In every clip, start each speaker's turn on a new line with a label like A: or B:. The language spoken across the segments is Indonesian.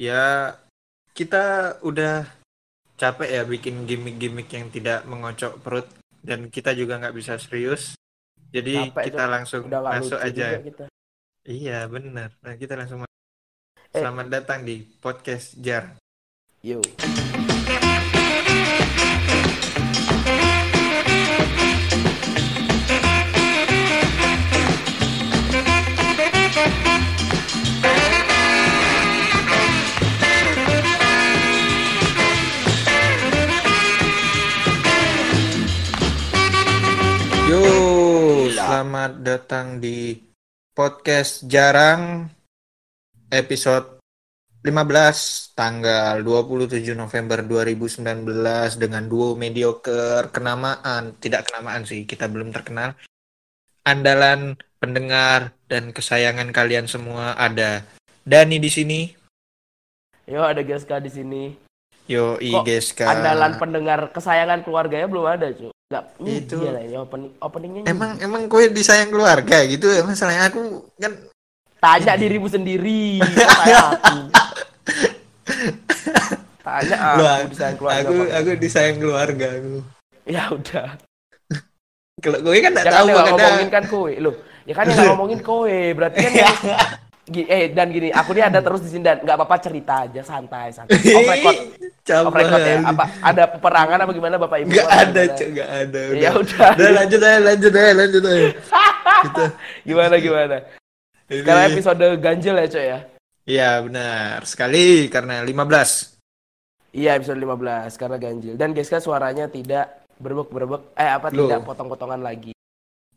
A: ya kita udah capek ya bikin gimmick-gimmick yang tidak mengocok perut dan kita juga nggak bisa serius. Jadi
B: Capek
A: kita
B: tuh.
A: langsung
B: Udah nggak
A: masuk
B: lucu
A: aja.
B: juga kita.
A: Iya, benar. Nah, kita langsung masuk.
B: Eh.
A: Selamat datang di podcast Jar.
B: Yo.
A: Yo,
B: Gila.
A: selamat datang di podcast Jarang episode 15 tanggal 27 November 2019 dengan duo mediocre kenamaan, tidak kenamaan sih, kita belum terkenal. Andalan pendengar dan kesayangan kalian semua ada Dani di sini,
B: Yo ada Geska di sini.
A: yo
B: Kok
A: Igeska.
B: Andalan pendengar kesayangan keluarganya belum ada, Cuk. Enggak.
A: Itu.
B: ini opening ya, openingnya. nih.
A: Emang emang kue disayang keluarga gitu, emang selain aku kan
B: tanya dirimu sendiri, tanya aku. tanya aku
A: Lu-
B: disayang keluarga.
A: aku eh,
B: apa.
A: aku disayang keluarga aku.
B: Ya udah.
A: Kalau gue kan nggak
B: Jangan
A: tahu Iya.
B: yang nggak
A: makanya
B: ngomongin kan kowe, loh. Ya kan yang nggak ngomongin kowe, berarti kan yang- Gi- eh dan gini, aku nih ada terus di sini dan nggak apa-apa cerita aja santai santai. Off record,
A: Iya,
B: off
A: Cabang.
B: record ya. Apa ada peperangan apa gimana Bapak
A: iya.
B: Ibu?
A: Nggak
B: Apa
A: ada,
B: gimana?
A: Cok, nggak ada.
B: Ya udah.
A: Iya, Udah, lanjut aja, lanjut aja, lanjut aja. Kita
B: gimana gimana.
A: ini-
B: Sekarang episode ganjil ya, Cok ya.
A: Iya, benar. Sekali karena 15.
B: Iya, episode 15 karena ganjil. Dan guys kan suaranya tidak berbek-berbek eh apa
A: Loh.
B: tidak potong-potongan lagi.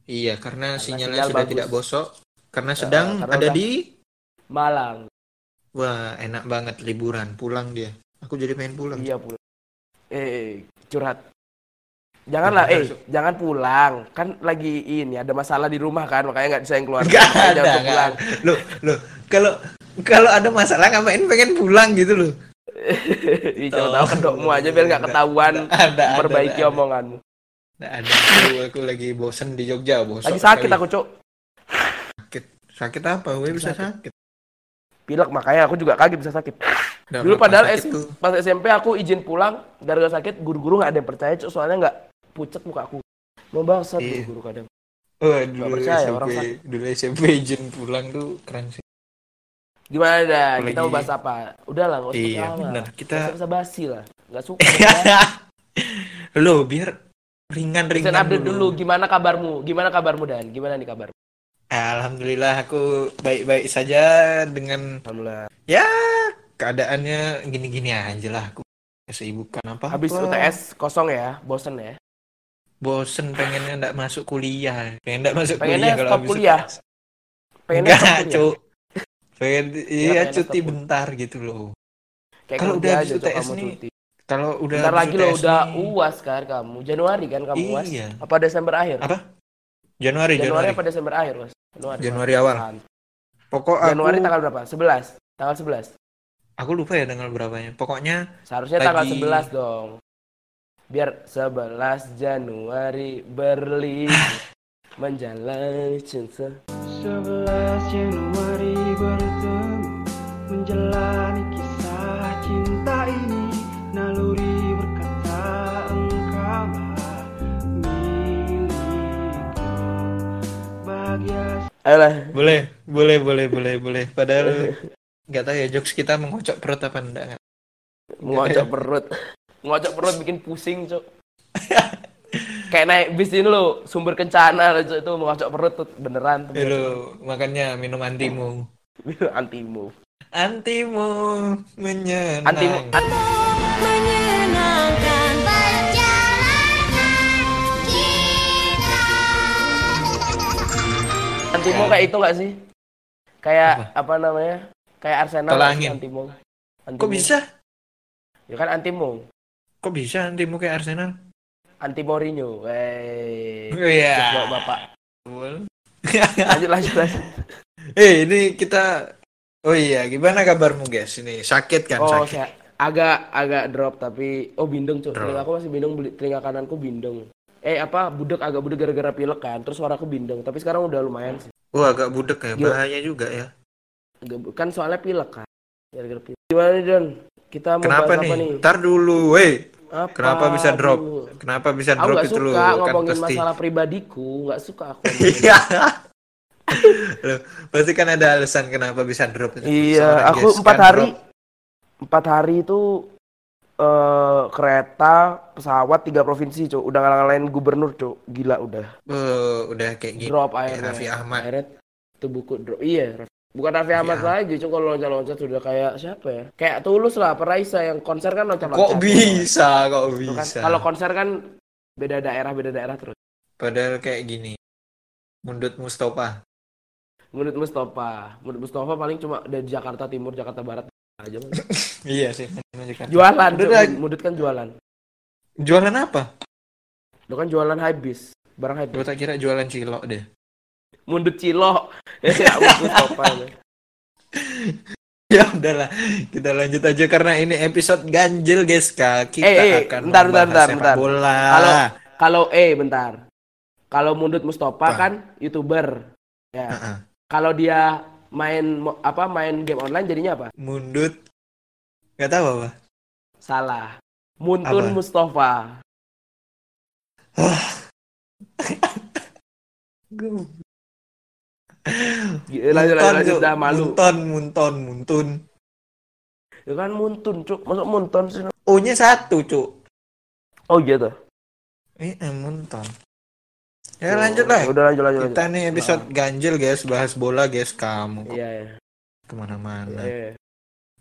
A: Iya, karena, sinyalnya
B: sinyal
A: sudah
B: bagus. Eh,
A: tidak bosok. Karena sedang
B: karena
A: ada
B: udah-
A: di
B: Malang.
A: Wah, enak banget liburan, pulang dia. Aku jadi pengen pulang.
B: Iya pulang. Eh, eh, curhat. Janganlah, eh,
A: Masuk.
B: jangan pulang. Kan lagi ini ada masalah di rumah kan, makanya nggak disayang keluarga.
A: Nggak
B: Makanya
A: ada,
B: untuk
A: nggak
B: pulang.
A: ada. Loh, loh, kalau kalau ada masalah ngapain pengen pulang gitu loh.
B: Ih, Iya, Jangan tahu kedokmu aja biar nggak
A: Nggak-
B: ketahuan
A: Oh. nggak ada, ada,
B: Kan perbaiki
A: nggak ada.
B: omonganmu.
A: Nggak ada, aku, aku lagi bosen di Jogja, bosok.
B: Lagi sakit
A: kali.
B: aku, Cok.
A: Sakit, sakit apa? Gue bisa sakit.
B: Pilek makanya aku juga kaget bisa sakit.
A: Nah,
B: Dulu
A: pas
B: padahal
A: sakit
B: S-
A: tuh.
B: pas SMP aku izin pulang gara-gara sakit, guru-guru nggak ada yang percaya, Cok. Soalnya nggak pucet muka aku. Membangsat
A: Iya.
B: guru-guru kadang.
A: Wah, Oh, dulu
B: percaya
A: SMP,
B: orang
A: dulu SMP izin pulang tuh keren sih.
B: Gimana dah?
A: Apalagi-
B: Kita mau bahas apa? Udah Oh, lah, nggak usah
A: Iya,
B: ketawa.
A: benar. Kita
B: Nggak usah basi lah. Nggak suka. ya.
A: Lo biar ringan-ringan
B: Sen update dulu. gimana kabarmu? Gimana kabarmu Dan? Gimana nih kabar?
A: Alhamdulillah aku baik-baik saja dengan
B: Alhamdulillah.
A: ya keadaannya gini-gini aja lah aku kesibukan apa
B: Habis UTS kosong ya, bosen ya.
A: bosen pengennya ndak masuk kuliah pengen ndak masuk
B: Pengennya
A: kuliah kalau
B: stop
A: habis
B: kuliah.
A: UTS.
B: Pengennya
A: enggak
B: stop kuliah. Ya,
A: cuk pengen iya
B: pengennya
A: cuti
B: stop.
A: bentar gitu loh
B: Kayak
A: Kalau
B: kerja
A: udah habis
B: aja tuh
A: UTS
B: kamu
A: nih,
B: cuti.
A: kalau udah
B: Bentar
A: habis
B: lagi lo
A: UTS
B: udah
A: nih-
B: UAS kan kamu. Januari kan kamu UAS.
A: iya
B: Apa Desember akhir?
A: Apa? Januari
B: Januari,
A: Januari
B: apa Desember akhir, Mas? Januari.
A: Januari awal.
B: Pan.
A: pokok aku
B: Januari tanggal berapa? 11. Tanggal 11.
A: aku lupa ya tanggal berapanya pokoknya
B: Seharusnya
A: Lagi-
B: tanggal 11 dong. Biar 11 Januari berlibur menjalani cinta.
C: 11 Januari bertemu Menjalani kisah cinta ini Naluri berkata engkau lah milikku Bahagia
B: Ayolah,
A: boleh boleh boleh boleh boleh padahal nggak tahu ya jokes kita mengocok perut apa enggak kan?
B: ngocok perut. Ngocok perut bikin pusing, Cuk. Kayak naik bis ini lo, sumber kencana lo, Cuk. Itu ngocok perut tuh beneran tuh.
A: Eh, lo makanya minum antimu
B: Antimu.
A: antimu menyenang
B: Antimu. an-
D: menyenangkan perjalanan kita.
B: Antimo kayak itu gak sih? Kayak apa, namanya? Kayak Arsenal
A: Tolak
B: nggak sih
A: angin.
B: Antimo. Antimo.
A: kok bisa
B: Ya kan Antimo.
A: kok bisa antimu kayak Arsenal
B: Anti Mourinho. Wey. Coba
A: Iya.
B: Bapak.
A: Betul.
B: Lanjut lanjut lanjut.
A: Eh, ini kita Oh iya, gimana kabarmu guys? Ini sakit kan?
B: Oh,
A: sakit.
B: saya agak agak drop tapi oh bindeng cuy.
A: Drop.
B: Telinga aku masih bindeng, beli- telinga kananku bindeng. Eh apa budek agak budek gara-gara pilek kan. Terus suaraku bindeng, tapi sekarang udah lumayan sih.
A: Wah, agak budek ya,
B: Gila.
A: bahaya juga ya.
B: Agak- Kan soalnya pilek kan. Gara-gara pilek. gimana nih Don? Kita mau
A: Kenapa
B: bahas
A: nih?
B: apa nih?
A: Ntar dulu, weh.
B: Apa
A: Kenapa bisa drop?
B: dulu?
A: Kenapa bisa
B: Aku
A: drop
B: nggak
A: itu lu? kan
B: suka ngomongin
A: pasti.
B: masalah pribadiku, nggak suka aku.
A: Iya. Loh, pasti kan ada alasan kenapa bisa drop. Seorang
B: iya,
A: guest
B: aku empat
A: kan
B: hari,
A: drop.
B: empat hari itu eh kereta, pesawat tiga provinsi, cok. Udah ngalang-ngalain gubernur, cok. Gila udah.
A: Eh, udah kayak gini.
B: Drop
A: kayak
B: akhirnya.
A: Raffi Ahmad.
B: Akhirnya tuh buku drop. Iya. Raffi. Bukan Raffi Ahmad
A: Ahmad.
B: lagi, cok. Kalau loncat-loncat udah kayak siapa ya? Kayak Tulus lah, Peraisa yang konser kan loncat-loncat.
A: Kok bisa? Kok
B: Tuh kan,
A: bisa?
B: Kalau konser kan beda daerah, beda daerah terus.
A: Padahal kayak gini. Mundut Mustafa.
B: Menurut Mustafa, menurut Mustafa paling cuma dari Jakarta Timur, Jakarta Barat aja. Bang.
A: Iya sih. menunjukkan.
B: Jualan,
A: Udah,
B: Cuk.
A: dah.
B: Mudut kan jualan.
A: Jualan apa?
B: Lu kan jualan habis, barang
A: Gue
B: habis.
A: tak kira jualan cilok deh.
B: Mundut cilok. Ya, Mundut Mustafa. ini.
A: Ya udahlah, kita lanjut aja karena ini episode ganjil guys kak. Kita
B: Eh, eh,
A: akan
B: bentar,
A: membahas
B: bentar, bentar,
A: sepak
B: bentar.
A: bola.
B: Kalau kalau eh bentar. Kalau Mundut Mustafa
A: Apa?
B: kan YouTuber. Ya.
A: Heeh.
B: Kalau dia main mo- apa main game online jadinya apa?
A: mundut, nggak tahu apa.
B: Salah.
A: Apa? Ah.
B: Muntun Mustafa.
A: Gue-
B: Gila, lanjut, lanjut,
A: Munton,
B: lanjut,
A: Cuk.
B: dah malu.
A: Munton, munton, muntun.
B: Ya kan Muntun, Cuk. Masuk Muntun sih.
A: O-nya satu cuk.
B: Oh gitu.
A: Eh, eh, munton. Ya lanjut lah.
B: Udah lanjut Oh, lanjut. Nah.
A: Kita nih episode ganjil guys, bahas bola guys. Kamu kok
B: Iya iya.
A: kemana-mana.
B: iya.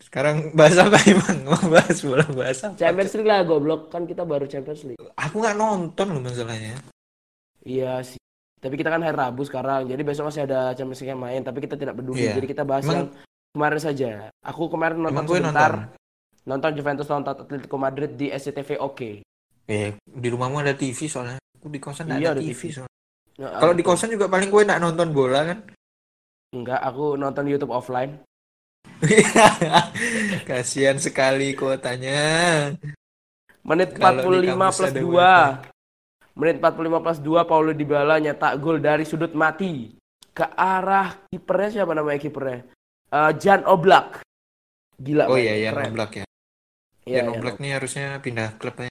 A: Sekarang bahas apa emang? Mau bahas bola bahas apa?
B: Champions League lah goblok kan kita baru Champions League.
A: Aku nggak nonton loh masalahnya.
B: Iya sih. Tapi kita kan hari Rabu sekarang. Jadi besok masih ada Champions League yang main, tapi kita tidak peduli.
A: Iya.
B: Jadi kita bahas
A: Emang-
B: yang kemarin saja. Aku kemarin nonton
A: Emang gue
B: sebentar.
A: nonton.
B: Nonton. Juventus lawan Atletico Madrid di SCTV Oke.
A: Eh, di rumahmu ada TV soalnya. Aku di kosan nggak
B: Iya,
A: ada
B: ada
A: TV,
B: TV.
A: soalnya.
B: Nah,
A: Kalau di
B: aku-
A: kosan juga paling gue nak nonton bola kan.
B: enggak, aku nonton di YouTube offline.
A: Kasihan sekali kuotanya.
B: Menit
A: Kalau di
B: 45
A: kampus
B: plus
A: ada
B: 2. Menit 45 plus 2 Paulo Dybala nyetak gol dari sudut mati ke arah kipernya siapa namanya kipernya? Eh, Jan Oblak. Gila.
A: Oh
B: Bang.
A: iya, Jan
B: Keren.
A: Oblak ya.
B: Iya,
A: Jan
B: Jan
A: Oblak nih harusnya pindah klub. ya.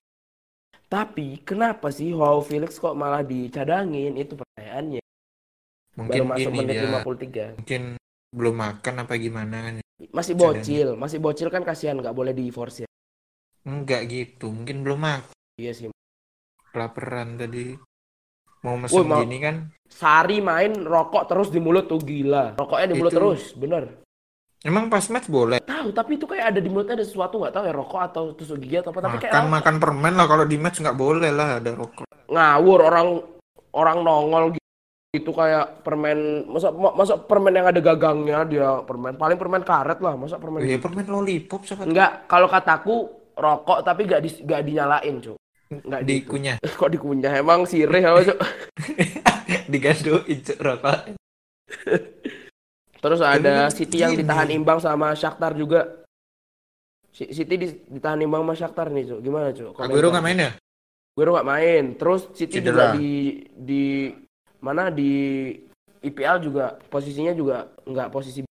B: Tapi kenapa sih Wow Felix kok malah dicadangin? Itu pertanyaannya.
A: Mungkin
B: Baru masuk
A: ini
B: menit
A: dia
B: 53.
A: mungkin belum makan apa gimana kan.
B: Masih
A: Cadangin.
B: bocil, masih bocil kan kasihan nggak boleh di force ya.
A: Enggak gitu, mungkin belum makan.
B: Iya sih.
A: Kelaperan tadi. Mau mesen
B: Woi, mau-
A: gini kan.
B: Sari main rokok terus di mulut tuh gila. Rokoknya di mulut
A: Itu-
B: terus, bener.
A: Emang pas match boleh.
B: Tahu, tapi itu kayak ada di mulutnya ada sesuatu nggak tahu ya rokok atau tusuk gigi atau apa. Tapi kayak
A: makan makan permen lah kalau di match nggak boleh lah ada rokok.
B: ngawur orang orang nongol gitu itu kayak permen masa ma- masa permen yang ada gagangnya dia permen paling permen karet lah masa permen
A: Iya, permen lollipop siapa tahu
B: Enggak, kalau kataku rokok tapi gak, di, gak dinyalain, Cuk. Enggak gitu.
A: dikunyah,
B: Kok dikunyah? Emang sirih apa, Cuk?
A: digaduhin Cuk, rokok.
B: Terus ada
A: Emang
B: City yang
A: gini.
B: ditahan imbang sama Shakhtar juga. Si- City di- ditahan imbang sama Shakhtar nih, Cuk. Gimana, Cuk?
A: Aguero nggak main ya?
B: Aguero nggak main. Terus City
A: Cedera.
B: juga di di mana di IPL juga posisinya juga nggak posisi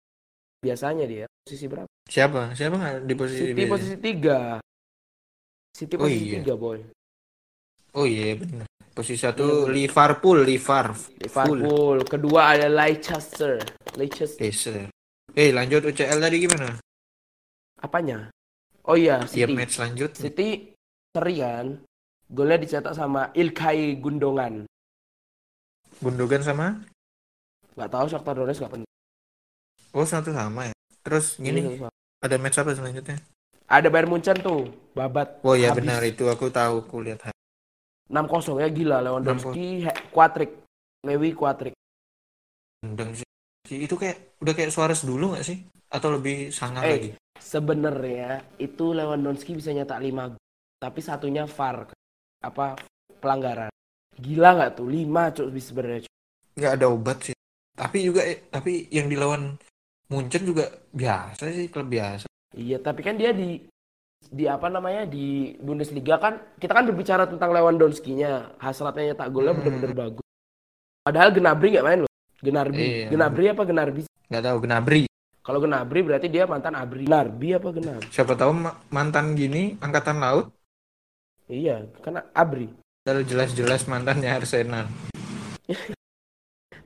B: biasanya dia. Posisi berapa?
A: Siapa? Siapa nggak di posisi
B: City
A: biasa?
B: posisi tiga. City
A: Oh,
B: posisi
A: iya.
B: tiga, boy.
A: Oh iya benar. Posisi
B: Iya,
A: satu
B: benar.
A: Liverpool, Liverpool.
B: Liverpool. Kedua ada Leicester. Leicester.
A: Leicester. Eh lanjut UCL tadi gimana?
B: Apanya? Oh iya,
A: Siap
B: City.
A: match lanjut.
B: City seri kan. Golnya dicetak sama Ilkay Gundongan.
A: Gundogan sama?
B: Gak tahu Shakhtar Donetsk gak penting.
A: Oh satu sama ya. Terus
B: Iya.
A: gini ada match apa selanjutnya?
B: Ada Bayern Munchen tuh, babat
A: Oh iya
B: Habis.
A: benar itu aku tahu aku lihat.
B: 6-0 ya gila Lewandowski, he- Kuatrik, Lewi Kuatrik.
A: Gendeng sih. Itu kayak udah kayak Suarez dulu nggak sih? Atau lebih sangar
B: Eh.
A: lagi?
B: Sebenarnya itu Lewandowski bisa nyetak 5 gol, tapi satunya VAR apa pelanggaran. Gila nggak tuh? 5 cuk sebenarnya. Cuk.
A: Nggak ada obat sih. Tapi juga eh, tapi yang dilawan Munchen juga biasa sih klub biasa.
B: Iya, tapi kan dia di di apa namanya di Bundesliga kan kita kan berbicara tentang Lewandowski-nya, hasratnya nyetak golnya
A: Hmm.
B: bener-bener bagus. Padahal Gnabry nggak main loh. Gnabry,
A: Iya.
B: Gnabry apa Gnabry?
A: Nggak tahu Gnabry.
B: Kalau Gnabry berarti dia mantan Abri. Narbi apa Gnabry?
A: Siapa tahu ma- mantan gini angkatan laut
B: Iya, karena Abri.
A: lalu jelas-jelas mantannya Arsenal.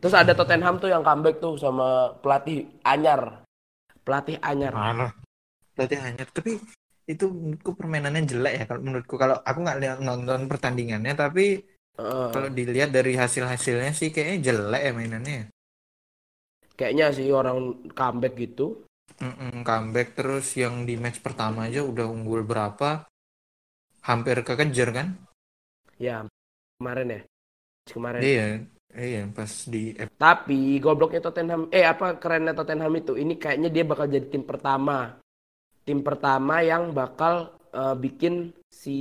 B: Terus ada Tottenham tuh yang comeback tuh sama pelatih Anyar. Pelatih Anyar.
A: Mana? Berarti hanya tapi itu menurutku permainannya jelek ya kalau menurutku kalau aku nggak lihat nonton pertandingannya tapi
B: Heeh.
A: kalau dilihat dari hasil-hasilnya sih kayaknya jelek ya mainannya.
B: kayaknya sih orang comeback gitu.
A: Mm-mm, comeback terus yang di match pertama aja udah unggul berapa? Hampir kekejar kan?
B: Ya, kemarin ya. Kemarin.
A: Iya, iya pas di
B: Tapi gobloknya Tottenham, eh apa kerennya Tottenham itu, ini kayaknya dia bakal jadi tim pertama. Tim pertama yang bakal eh, bikin si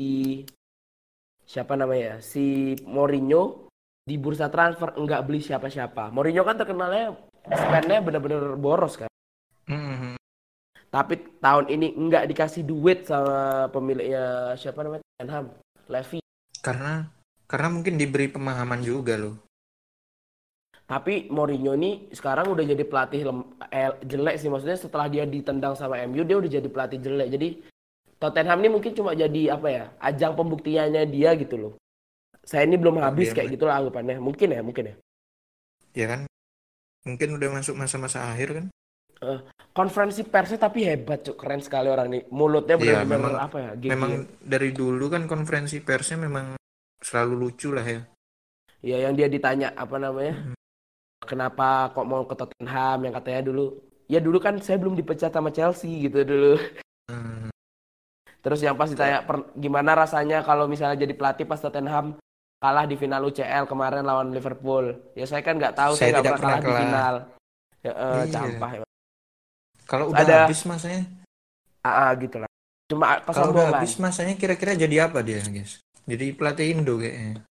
B: siapa namanya? Si Mourinho di bursa transfer enggak beli siapa-siapa. Mourinho kan terkenalnya spendnya bener-bener boros kan.
A: Mm-mm.
B: Tapi tahun ini enggak dikasih duit sama pemiliknya siapa namanya? Tottenham, Levy.
A: karena karena mungkin diberi pemahaman juga loh.
B: Tapi Mourinho ini sekarang udah jadi pelatih lem- eh, jelek sih maksudnya setelah dia ditendang sama MU dia udah jadi pelatih jelek. Jadi Tottenham ini mungkin cuma jadi apa ya? ajang pembuktiannya dia gitu loh. Saya ini belum habis
A: Iya,
B: kayak gitu lah anggapannya. Mungkin ya, mungkin ya.
A: Ya kan? Mungkin udah masuk masa-masa akhir kan?
B: Konferensi persnya tapi hebat, Cuk. Keren sekali orang ini. Mulutnya
A: Iya,
B: benar-benar
A: memang-
B: apa ya? gigih.
A: Memang dari dulu kan konferensi persnya memang selalu lucu lah ya.
B: ya yang dia ditanya apa namanya?
A: Mhm.
B: Kenapa kok mau ke Tottenham yang katanya dulu? Ya dulu kan saya belum dipecat sama Chelsea gitu dulu.
A: Mm,
B: Terus yang pas ditanya per- gimana rasanya kalau misalnya jadi pelatih pas Tottenham kalah di final UCL kemarin lawan Liverpool. Ya saya kan nggak tahu
A: Saya
B: saya nggak
A: tidak
B: pernah kalah,
A: pernah
B: di
A: kalah.
B: final. Ya, eh,
A: Iya.
B: campah emang.
A: Kalau
B: Terus
A: udah
B: ada-
A: habis masanya,
B: Ah, ah, gitu lah. Cuma
A: kalau udah
B: kesombongan.
A: habis masanya kira-kira jadi apa dia, guys? Jadi pelatih Indo kayaknya.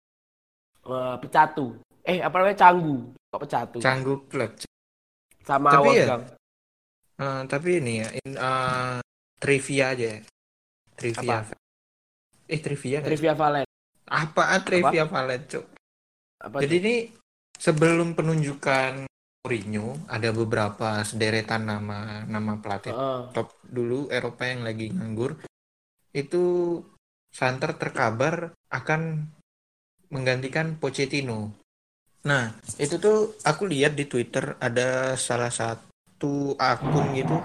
B: Eh, pecatu. Eh apa namanya canggu. Kok pecatu.
A: Canggu Club.
B: Sama
A: Tapi ya,
B: Wolfgang.
A: Eh, tapi ini ya, in- eh, trivia aja ya. Trivia. Eh, trivia. nggak?
B: Trivia Valen.
A: Apaan trivia Valet, Cuk?
B: Apa
A: Jadi ini sebelum penunjukan Mourinho ada beberapa sederetan nama nama
B: tuh?
A: pelatih
B: Eh,
A: top dulu Eropa yang lagi nganggur itu Santer terkabar akan menggantikan Pochettino. Nah, itu tuh aku lihat di Twitter ada salah satu akun gitu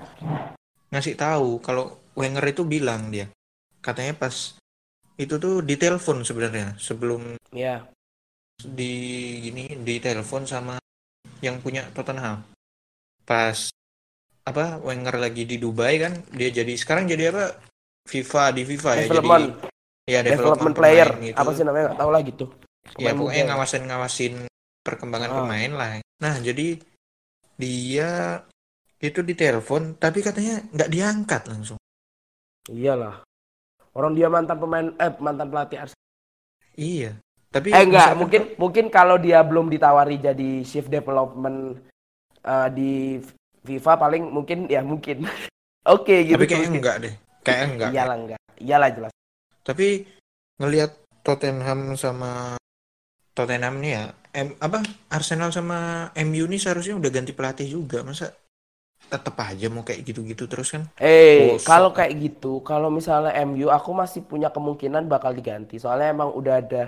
A: ngasih tahu kalau Wenger itu bilang dia katanya pas itu tuh ditelepon sebenarnya sebelum
B: ya.
A: di gini di telepon sama yang punya Tottenham pas apa Wenger lagi di Dubai kan dia jadi sekarang jadi apa FIFA di FIFA ya
B: Development,
A: jadi ya
B: development
A: development
B: player.
A: pemain gitu.
B: Apa sih namanya? Nggak tahu lah gitu.
A: ya
B: Pemain
A: pokoknya
B: muda.
A: ngawasin ngawasin perkembangan
B: Ah.
A: pemain lah nah jadi dia itu ditelepon tapi katanya nggak diangkat langsung
B: Iyalah. Orang dia mantan pemain eh mantan pelatih Arsenal.
A: iya tapi
B: Eh enggak,
A: misalkan-
B: mungkin mungkin kalau dia belum ditawari jadi shift development eh, di FIFA paling mungkin ya mungkin. Oke gitu. Iya,
A: tapi kayaknya
B: mungkin.
A: enggak deh kayaknya enggak ya.
B: Iyalah enggak. Iyalah jelas.
A: tapi ngelihat Tottenham sama Tottenham nih ya M, apa Arsenal sama MU nih seharusnya udah ganti pelatih juga masa tetep aja mau kayak gitu-gitu terus kan
B: Eh,
A: Bosan.
B: kalau kayak gitu, kalau misalnya MU aku masih punya kemungkinan bakal diganti. Soalnya emang udah ada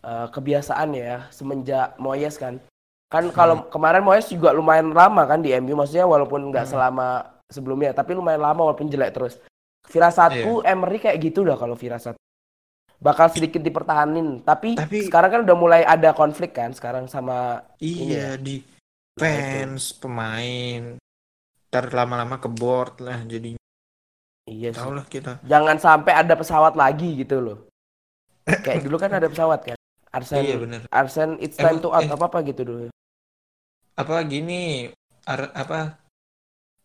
B: eh, kebiasaan ya semenjak Moyes kan.
A: Hmm.
B: Kan kalau kemarin Moyes juga lumayan lama kan di MU maksudnya walaupun
A: Hmm.
B: nggak selama sebelumnya, tapi lumayan lama walaupun jelek terus. Firasatku
A: Iya.
B: Emery kayak gitu dah kalau firasat. Bakal sedikit dipertahanin, tapi,
A: Tapi-
B: sekarang kan udah mulai ada konflik kan sekarang sama
A: iya di fans pemain ntar lama-lama ke board lah jadi
B: iya sih.
A: tau lah kita
B: Jangan sampai ada pesawat lagi gitu loh. Kayak dulu kan ada pesawat kan. Arsen
A: iya bener
B: Arsen it's time
A: Emang-
B: to out
A: eh.
B: apa apa gitu dulu.
A: apa gini ar- apa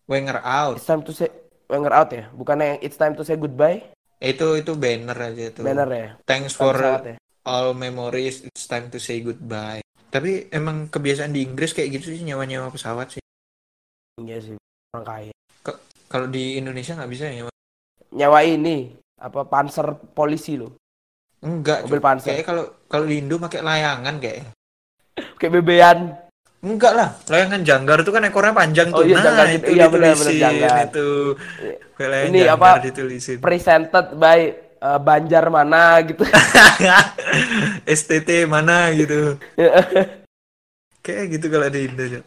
A: Wenger out
B: It's time to say Wenger out ya. Bukannya yang it's time to say goodbye
A: Eh, itu itu banner aja tuh
B: banner ya.
A: thanks
B: Bukan
A: for
B: pesawat ya.
A: all memories it's time to say goodbye tapi emang kebiasaan di Inggris kayak gitu sih nyawa-nyawa pesawat sih
B: Iya sih orang kaya.
A: kalau di Indonesia nggak bisa ya nyawa
B: Nyawa ini apa panser polisi loh.
A: enggak
B: Mobil
A: cuy.
B: panser.
A: kayaknya kalau kalau di Indo pakai layangan kayak
B: Kayak bebean.
A: Enggak lah, layangan janggar itu kan ekornya panjang
B: Oh
A: tuh.
B: iya,
A: nah,
B: janggar
A: itu
B: gitu. Iya, benar-benar
A: ditulisin
B: janggar. Iya.
A: itu. Kayak layangan
B: Ini
A: janggar
B: apa?
A: ditulisin.
B: presented by eh, Banjar mana gitu
A: STT mana gitu.
B: Iya.
A: Kayak gitu kalau di Indo. Cok.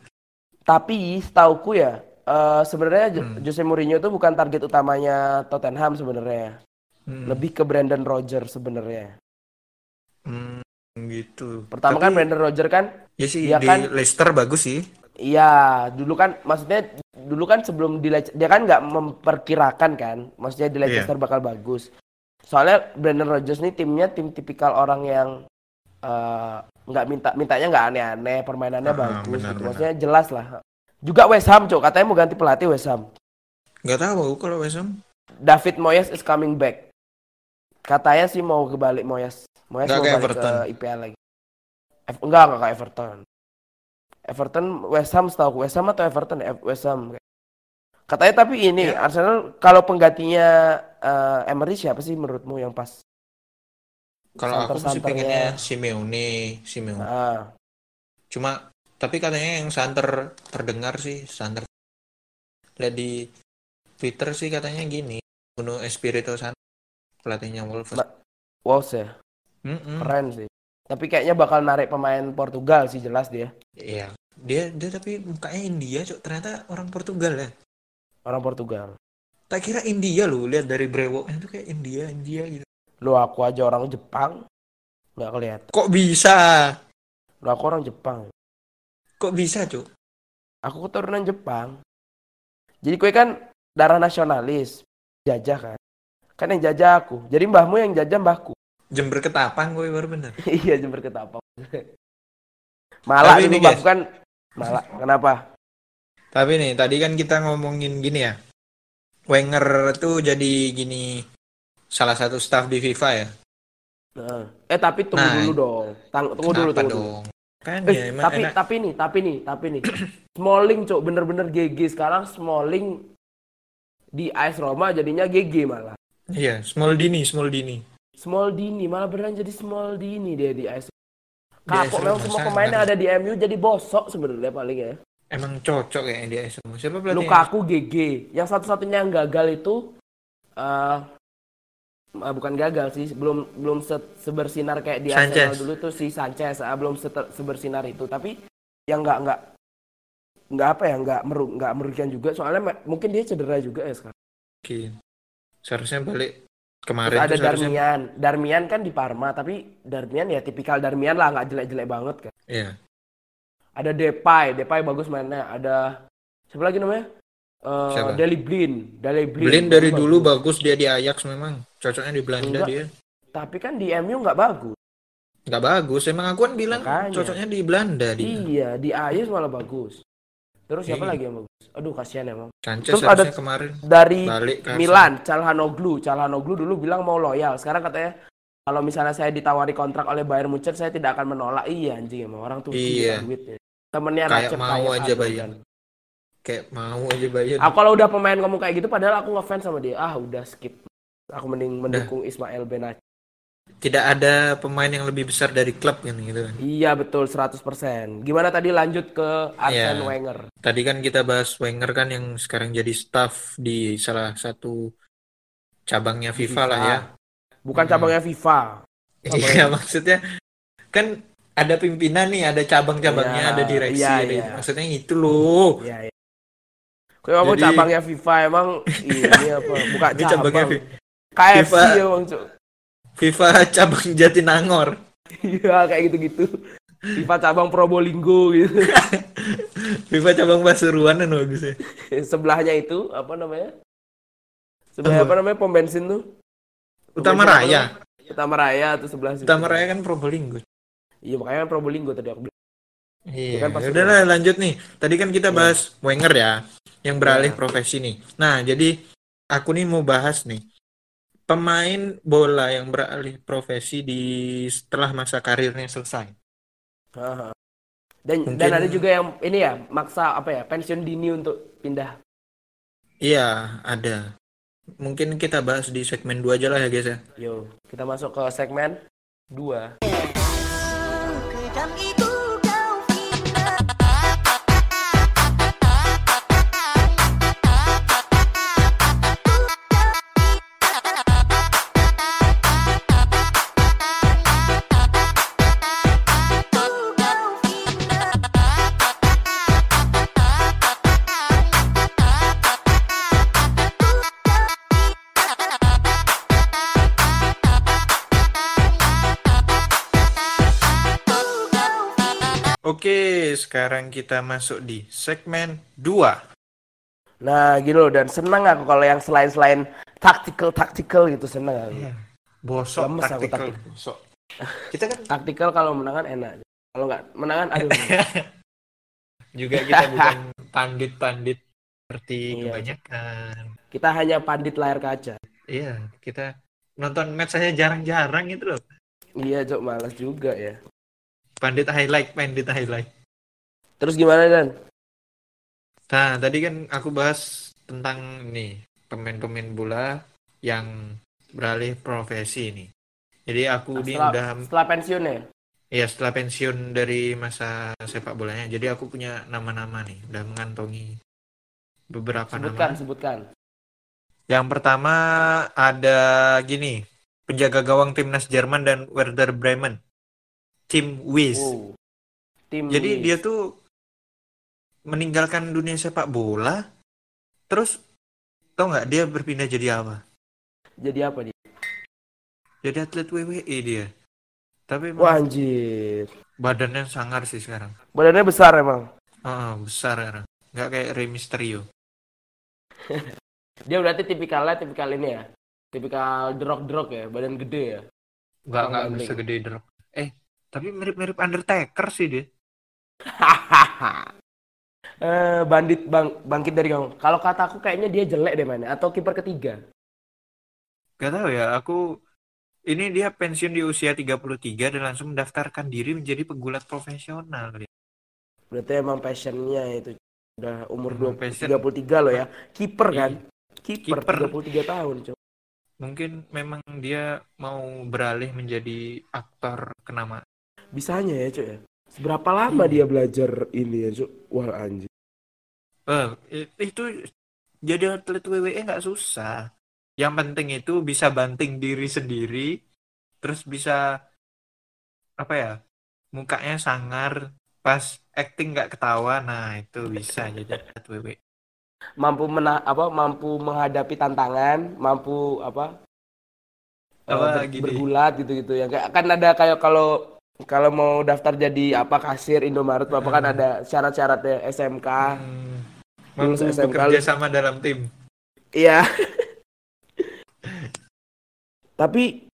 B: tapi setauku ya eh, sebenarnya Jo-
A: Hmm.
B: Jose Mourinho itu bukan target utamanya Tottenham sebenarnya
A: Hmm.
B: lebih ke Brandon Rodgers sebenarnya
A: Hmm, gitu. Tapi,
B: pertama kan Brandon Rodgers kan
A: ya sih
B: ya
A: di
B: kan-
A: Leicester bagus sih.
B: Iya, dulu kan maksudnya dulu kan sebelum di Leicester dia kan nggak memperkirakan kan, maksudnya di Leicester
A: Iya.
B: bakal bagus. Soalnya Brandon Rodgers nih timnya tim tipikal orang yang eh, nggak minta mintanya nggak aneh-aneh, permainannya
A: Ah,
B: bagus
A: benar,
B: gitu.
A: benar.
B: Maksudnya jelas lah. Juga West Ham, Cok, katanya mau ganti pelatih West Ham.
A: Gak tahu kalau West Ham.
B: David Moyes is coming back. Katanya sih mau kebalik Moyes. Moyes
A: Nggak
B: mau
A: ke
B: balik
A: Everton.
B: ke IPL lagi. F- enggak, enggak ke Everton. Everton West Ham setahu aku. West Ham atau Everton? F- West Ham. Katanya tapi ini
A: Ya.
B: Arsenal kalau penggantinya eh, Emery siapa sih menurutmu yang pas?
A: Kalau aku sih
B: Santer-santernya.
A: pengennya Simeone, Simeone.
B: Ah,
A: Cuma tapi katanya yang santer terdengar sih santer. Lihat di Twitter sih katanya gini, Bruno Espirito Santo pelatihnya Wolves.
B: Nah, Wolves ya,
A: Hmm. Mm-mm.
B: keren sih. Tapi kayaknya bakal narik pemain Portugal sih jelas dia.
A: Iya. Dia dia tapi mukanya India, Cok. Ternyata orang Portugal ya.
B: Orang Portugal.
A: Tak kira India loh, lihat dari brewoknya itu kayak India, India gitu.
B: Lu aku aja orang Jepang. Nggak kelihatan.
A: Kok bisa?
B: Lu aku orang Jepang.
A: Kok bisa, Cok?
B: aku keturunan Jepang. Jadi kue kan darah nasionalis, jajah kan. Kan yang jajah aku. Jadi mbahmu yang jajah mbahku.
A: Jember ketapang gue baru bener.
B: iya jember ketapang. Malah
A: Tapi
B: dulu
A: ini,
B: mbahku kan malah. Kenapa?
A: Tapi nih, tadi kan kita ngomongin gini ya. Wenger tuh jadi gini salah satu staff di FIFA ya.
B: Nah. Eh tapi tunggu
A: Nah.
B: dulu dong. Tang- tunggu dulu,
A: Kenapa
B: tunggu dulu.
A: dong? Kan
B: Eh,
A: ya emang
B: tapi
A: enak.
B: tapi nih, tapi nih, tapi nih. Smalling cok bener-bener GG sekarang Smalling di AS Roma jadinya GG malah.
A: Iya, small dini, small dini.
B: Small Dini malah beneran jadi Small Dini dia di AS.
A: Di AS
B: Kapok memang
A: Roma
B: semua
A: sangat.
B: pemainnya ada di MU jadi bosok sebenarnya paling ya.
A: Emang cocok kayaknya dia semua. Siapa pelatihnya?
B: Lukaku GG. Yang satu-satunya yang gagal itu eh eh, bukan gagal sih, belum belum se- sebersinar kayak di Arsenal
A: Sanchez.
B: dulu tuh si Sanchez, ah, belum seter- sebersinar itu. Tapi yang nggak nggak nggak apa ya nggak meru nggak merugikan juga soalnya me- mungkin dia cedera juga ya sekarang.
A: Mungkin. Seharusnya balik kemarin
B: Terus ada
A: tuh seharusnya.
B: Darmian, Darmian kan di Parma tapi Darmian ya tipikal Darmian lah nggak jelek-jelek banget kan.
A: Iya.
B: ada Depay, Depay bagus mainnya. Ada siapa lagi namanya?
A: Siapa?
B: Eh Deli Blin, Deli Blin.
A: Belin dari
B: Bagus.
A: dulu bagus dia di Ajax memang. Cocoknya di Belanda
B: Enggak.
A: dia.
B: Tapi kan di MU nggak bagus.
A: Nggak bagus. Emang aku kan bilang
B: Makanya.
A: cocoknya di Belanda dia.
B: Iya, di Ajax malah bagus. Terus siapa
A: Iya.
B: lagi yang bagus? Aduh kasihan emang.
A: Sanchez
B: Terus
A: harusnya
B: ada-
A: kemarin
B: Dari
A: balik ke
B: Milan, Calhanoglu, Calhanoglu dulu bilang mau loyal. Sekarang katanya kalau misalnya saya ditawari kontrak oleh Bayern Munchen, saya tidak akan menolak. Iya anjing emang orang tuh
A: Iya.
B: duitnya. Temennya
A: Kayak
B: Recep
A: mau
B: Tayyip
A: aja
B: Erdogan.
A: Bayern. kayak mau aja bayar.
B: Aku kalau udah pemain ngomong kayak gitu padahal aku ngefans sama dia. Ah, udah skip. Aku mending mendukung Ismail Benacer.
A: Tidak ada pemain yang lebih besar dari klub kan gitu kan.
B: Iya, betul 100%. Gimana tadi lanjut ke Arsene
A: Iya.
B: Wenger?
A: Tadi kan kita bahas Wenger kan yang sekarang jadi staff di salah satu cabangnya FIFA, lah ya.
B: Bukan
A: Hmm.
B: cabangnya FIFA. Cabang-
A: Iya maksudnya kan ada pimpinan nih, ada cabang-cabangnya,
B: Iya,
A: ada direksi,
B: iya,
A: ada
B: iya.
A: itu. Maksudnya itu loh.
B: Iya, iya. Kau ngomong
A: Jadi-
B: cabangnya FIFA emang ini apa? Bukan
A: Ini
B: cabang.
A: cabangnya Fi-
B: KFC
A: FIFA.
B: emang, Cuk.
A: FIFA cabang Jatinangor.
B: Iya, kayak gitu-gitu. FIFA cabang Probolinggo gitu.
A: FIFA cabang Pasuruan kan bagusnya.
B: Sebelahnya itu apa namanya? Sebelah
A: Apa?
B: apa namanya? Pom bensin tuh. Pom
A: Utama
B: bensin apa
A: Raya.
B: namanya? Utama Raya tuh sebelah situ.
A: Utama Raya kan Probolinggo.
B: Iya makanya kan Probolinggo tadi aku bilang.
A: Iya,
B: Bukan Pasuruan.
A: udahlah lanjut nih. Tadi kan kita
B: kan, Iya.
A: bahas Wenger ya, yang beralih
B: Iya.
A: profesi nih. Nah, jadi aku nih mau bahas nih pemain bola yang beralih profesi di setelah masa karirnya selesai.
B: Haha. Dan
A: Mungkin-
B: dan ada juga yang ini ya maksa apa ya pensiun dini untuk pindah.
A: Iya, ada. Mungkin kita bahas di segmen 2 aja lah ya guys ya.
B: Yo, kita masuk ke segmen 2.
D: Kejam itu kau fitnah
A: Oke, sekarang kita masuk di segmen 2.
B: Nah gitu loh dan seneng aku kalau yang selain-selain tactical tactical gitu seneng aku.
A: Iya. Bosok
B: Lemes aku
A: taktikal.
B: taktik.
A: Bosok. Kita kan
B: Tactical kalau menangan enak. Kalau nggak menangan aduh.
A: juga kita bukan pandit-pandit seperti
B: Iya.
A: kebanyakan.
B: kita hanya pandit layar kaca.
A: Iya, kita nonton match aja jarang-jarang itu loh.
B: Iya cok malas juga ya.
A: Pandit highlight, pandit highlight.
B: Terus gimana dan?
A: Nah, tadi kan aku bahas tentang nih pemain-pemain bola yang beralih profesi nih. Jadi aku ini
B: Setelah-
A: udah
B: Setelah pensiun ya?
A: ya setelah pensiun dari masa sepak bolanya. Jadi aku punya nama-nama nih, udah mengantongi beberapa
B: Sebutkan,
A: nama.
B: sebutkan.
A: Yang pertama ada gini, penjaga gawang timnas Jerman dan Werder Bremen. Tim Wies.
B: Wow. Tim
A: Jadi dia tuh meninggalkan dunia sepak bola, terus tau nggak dia berpindah jadi apa?
B: jadi apa dia?
A: Jadi atlet WWE dia. Tapi emang
B: Wah anjir.
A: badannya sangar sih sekarang.
B: Badannya besar emang.
A: Heeh, besar sekarang. Nggak kayak Rey Mysterio.
B: Dia berarti tipikalnya tipikal ini ya. Tipikal drog-drog ya, badan gede ya.
A: Nggak
B: nggak
A: nggak
B: gede.
A: segede Drake. Eh, tapi mirip-mirip Undertaker sih dia.
B: eh bandit bang bangkit dari gawang. Kalau kata aku kayaknya dia jelek deh mainnya atau kiper ketiga.
A: Gak tahu ya, aku ini dia pensiun di usia 33 dan langsung mendaftarkan diri menjadi pegulat profesional.
B: Berarti emang passionnya itu udah umur
A: Emang
B: 20,
A: passion. Iya.
B: 33 loh ya. Kiper kan? Kiper
A: Kiper.
B: 33 tahun, Cok.
A: Mungkin memang dia mau beralih menjadi aktor kenama.
B: Bisanya ya, Cok ya. Seberapa lama
A: Iya.
B: dia belajar ini ya, Cok? Wah, anjir.
A: Eh, i- itu jadi atlet WWE nggak susah. Yang penting itu bisa banting diri sendiri, terus bisa apa ya? Mukanya sangar, pas acting nggak ketawa. Nah, itu bisa jadi atlet E. WWE.
B: Mampu mena apa mampu menghadapi tantangan, mampu apa? eh,
A: Apa
B: ber-
A: gini?
B: bergulat gitu-gitu ya. Kayak- Kan ada kayak kalau kalau mau daftar jadi apa kasir Indomaret apa kan ada syarat-syaratnya SMK.
A: Hmm, mampu
B: Ah, Lulus SMK,
A: bekerja
B: lulus-
A: sama dalam tim.
B: Iya. Tapi